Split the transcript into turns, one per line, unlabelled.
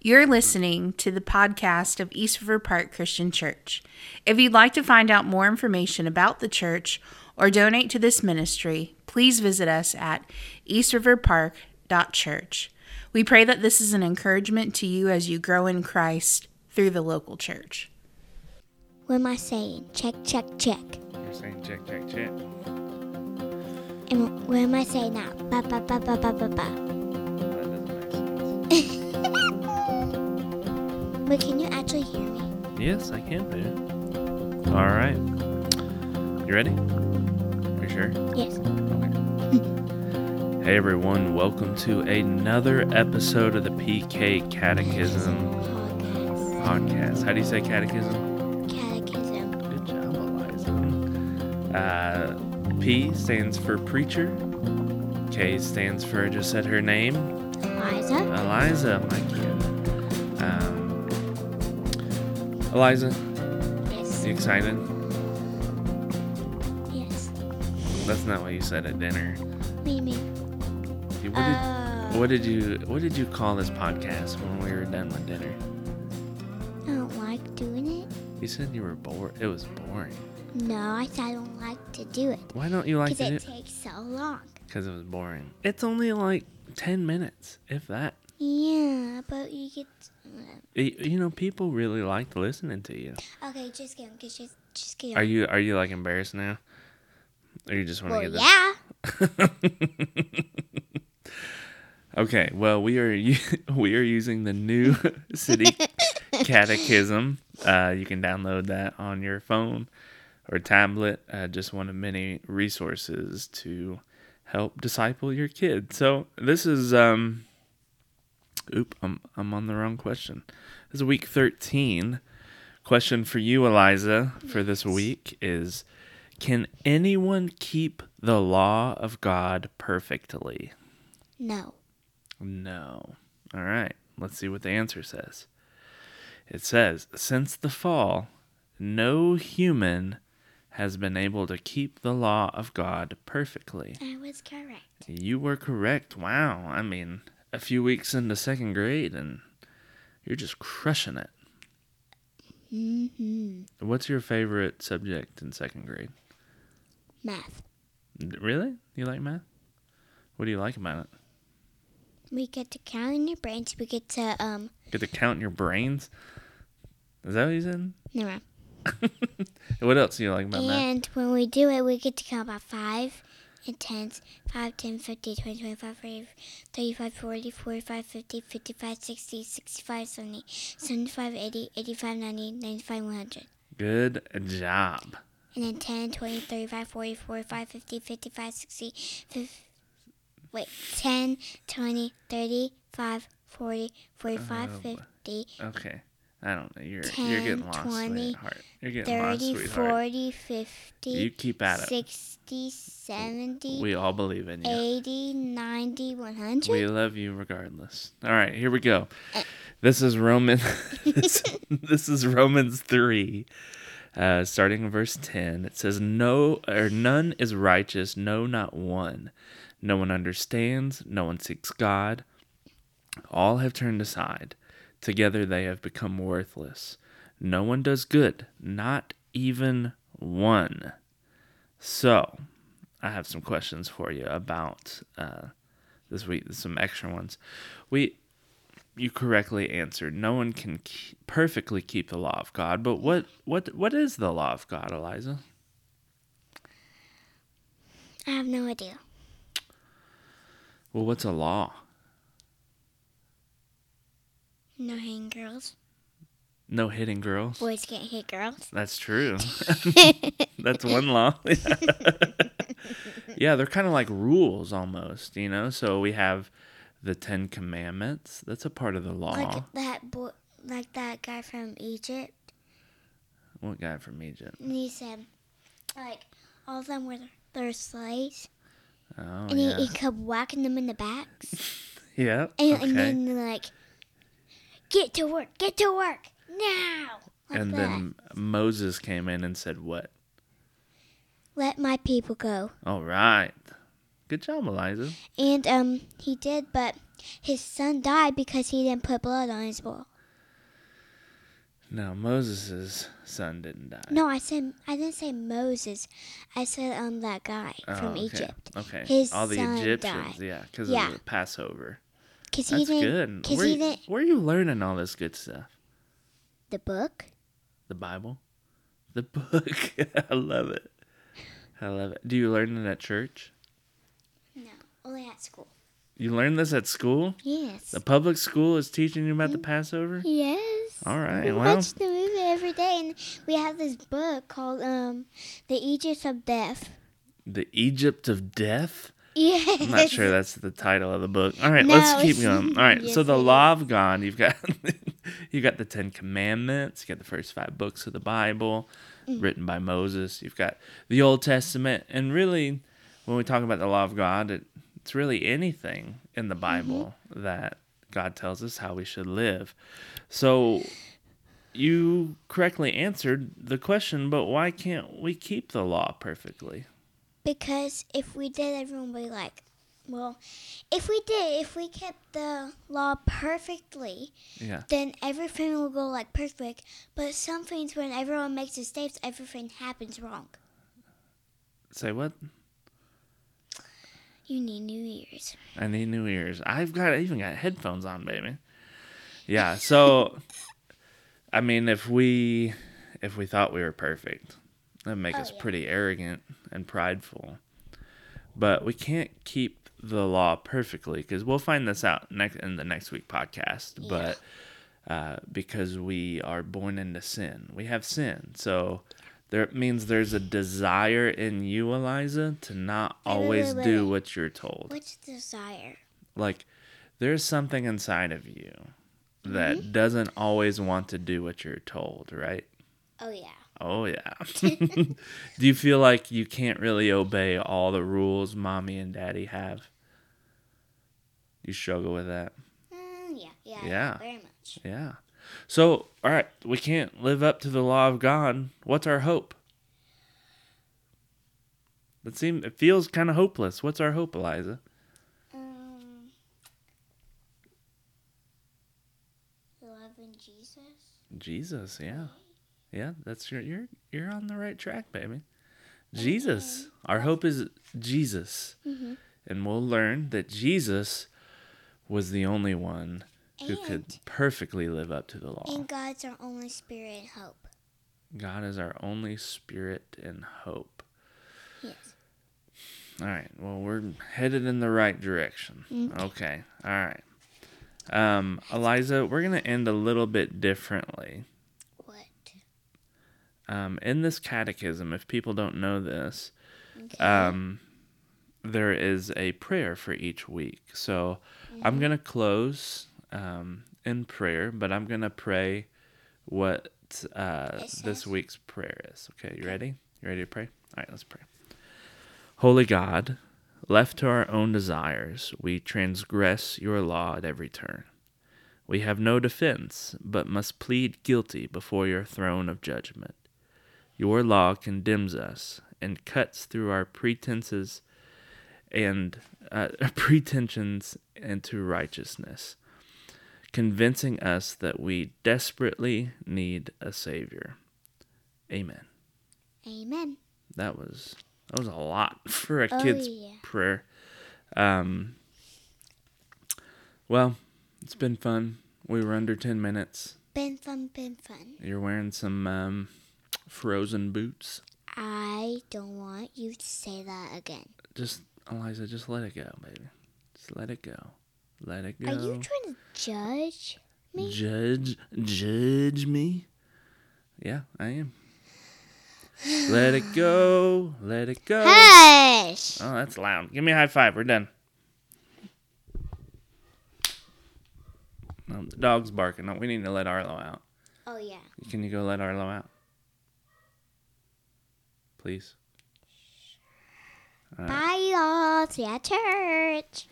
You're listening to the podcast of East River Park Christian Church. If you'd like to find out more information about the church or donate to this ministry, please visit us at eastriverpark.church. We pray that this is an encouragement to you as you grow in Christ through the local church.
What am I saying? Check, check, check.
You're saying check, check, check.
And what am I saying now? Ba ba ba ba ba ba ba.
That doesn't make sense.
But can you actually hear me?
Yes, I can do it. All right. You ready? Are you sure?
Yes.
Hey everyone, welcome to another episode of the PK Catechism
Podcast.
podcast. How do you say catechism?
Catechism.
Good job, Eliza. Uh, P stands for preacher. K stands for I just said her name.
Eliza.
Eliza, my kid. Um, Eliza,
Yes.
you excited?
Yes.
That's not what you said at dinner.
What do you mean?
You-
Oh.
What did, what did you What did you call this podcast when we were done with dinner?
I don't like doing it.
You said you were bored. It was boring.
No, I said I don't like to do it.
Why don't you like
Because
to
it
do?
takes so long.
Because it was boring. It's only like ten minutes, if that.
Yeah, but you get. uh,
Y- You know, people really liked listening to you.
Okay, just kidding. 'cause Just, just kidding.
Are you Are you like embarrassed now? Or you just want to
Well,
get this?
yeah.
Okay, well, we are u- we are using the new city catechism. Uh, you can download that on your phone or tablet. Uh, just one of many resources to help disciple your kid. So this is um, oop, I'm I'm on the wrong question. This is week thirteen. Question for you, Eliza, for this week is: Can anyone keep the law of God perfectly?
No.
No. All right. Let's see what the answer says. It says Since the fall, no human has been able to keep the law of God perfectly.
I was correct.
You were correct. Wow. I mean, a few weeks into second grade, and you're just crushing it.
Mm-hmm.
What's your favorite subject in second grade?
Math.
Really? You like math? What do you like about it?
We get to count in your brains. We get to um.
Get to count your brains? Is that what you said?
Never mind.
What else do you like about math?
And when we do it, we get to count by five and tens. 5, 10, 50, 20, 25, 30, 35, 40, 45, 50, 55, 60, 65, 70, 75, 80, 85, 90, 95, 100.
Good job.
And then 10, 20, 35, 40, 45, 50, 55, 60, 50, wait, 10, 20, 35, 40, 45,
Oh, boy.
50,
Okay. I don't know. You're you're
10,
getting lost,
20,
sweetheart. You're getting lost,
30,
sweetheart.
40, 50,
you keep at it.
60, 70,
We all believe in you.
80, 90, 100.
We love you regardless. All right, here we go. This is Roman. this, this is Romans three, uh, starting in verse ten. It says, "No or none is righteous. No, not one. No one understands. No one seeks God. All have turned aside. Together they have become worthless. No one does good. Not even one." So, I have some questions for you about. Uh, this week some extra ones we you correctly answered no one can ke perfectly keep the law of god but what what what is the law of god eliza
I have no idea.
well what's a law
No hitting girls.
no hitting girls
Boys can't hit girls.
that's true that's one law yeah they're kind of like rules almost you know so we have the ten commandments that's a part of the law
Like that boy, like that guy from Egypt.
what guy from egypt
And he said, like, all of them were their slaves.
oh
and
yeah
he, he kept whacking them in the backs.
yeah
And,
okay.
and then, like, get to work, get to work, now! Like
and
that.
then moses came in and said what
Let my people go.
All right. Good job, Eliza.
And um, he did, but his son died because he didn't put blood on his bowl.
No, Moses' son didn't die.
No, I said I didn't say Moses. I said um that guy
Oh,
from
okay.
Egypt
Okay.
His
All the
son
Egyptians,
died.
yeah, because
Yeah.
of the Passover.
because he
That's
didn't
good.
because
Where,
he
you-
didn't
where are you learning all this good stuff?
the book.
The Bible? The book. I love it. I love it. Do you learn it at church?
No, only at school.
You learn this at school?
Yes.
The public school is teaching you about the Passover?
Yes.
All right.
We
Well,
watch the movie every day, and we have this book called um, "The Egypt of Death."
the Egypt of death?
Yes.
I'm not sure that's the title of the book. All right,
No,
let's keep
it's-
going. All right, so
Yes,
the
it
law of God, you've got you've got the Ten Commandments, you got the first five books of the Bible,
Mm.
written by Moses. You've got the Old Testament, and really, when we talk about the law of God, it, it's really anything in
Mm-hmm.
the Bible that God tells us how we should live. So you correctly answered the question, but why can't we keep the law perfectly?
Because if we did, everyone would be like, well, if we did, if we kept the law perfectly,
Yeah.
then everything will go like perfect. But some things, when everyone makes mistakes, everything happens wrong.
Say what?
You need New Year's.
I need new ears. I've got I even got headphones on, baby. Yeah, so I mean if we if we thought we were perfect, that'd make
Oh,
us
yeah.
pretty arrogant and prideful. But we can't keep the law perfectly because we'll find this out next in the next week podcast. But uh, because we are born into sin, we have sin. So there it means there's a desire in you, Eliza, to not
wait, wait,
always
wait,
do
wait.
what you're told
What's desire?
like there's something inside of you that doesn't always want to do what you're told, right?
Oh, yeah.
Oh yeah. do you feel like you can't really obey all the rules mommy and daddy have? You struggle with that?
Mm, yeah, yeah.
Yeah.
Very much.
Yeah. So, all right, we can't live up to the law of God. What's our hope? It seems it feels kind of hopeless. What's our hope, Eliza?
Um, loving Jesus?
Jesus, yeah. Yeah, that's your you're you're on the right track, baby. Jesus. Our hope is Jesus.
Mm-hmm.
And we'll learn that Jesus was the only one who could
And-
perfectly live up to the law.
And God's our only spirit and hope.
God is our only spirit and hope.
Yes.
All right. Well, we're headed in the right direction.
Mm-hmm.
Okay. All right. Um, Eliza, we're going to end a little bit differently.
What?
um, in this catechism, if people don't know this, um, there is a prayer for each week. So I'm going to close um, in prayer, but I'm going to pray what uh, this
says-
week's prayer is. Okay, you ready? You ready to pray? All right, let's pray. Holy God, left to our own desires, we transgress your law at every turn. We have no defense, but must plead guilty before your throne of judgment. Your law condemns us and cuts through our pretenses and uh, pretensions into righteousness, convincing us that we desperately need a savior. Amen.
Amen.
That was that was a lot for a
Oh,
kid's
yeah.
prayer. Um, well, it's been fun. We were under ten minutes.
Been fun, been fun.
You're wearing some um, frozen boots.
I don't want you to say that again.
Just Eliza, just let it go, baby. Just let it go. Let it go.
Are you trying to judge? me?
Judge, judge me. Yeah, I am. Let it go. Let it go.
Hush!
Oh, that's loud. Give me a high five. We're done. Um, the dog's barking. No, we need to let Arlo out.
Oh, yeah.
Can you go let Arlo out? Please.
Bye, y'all. See you at church.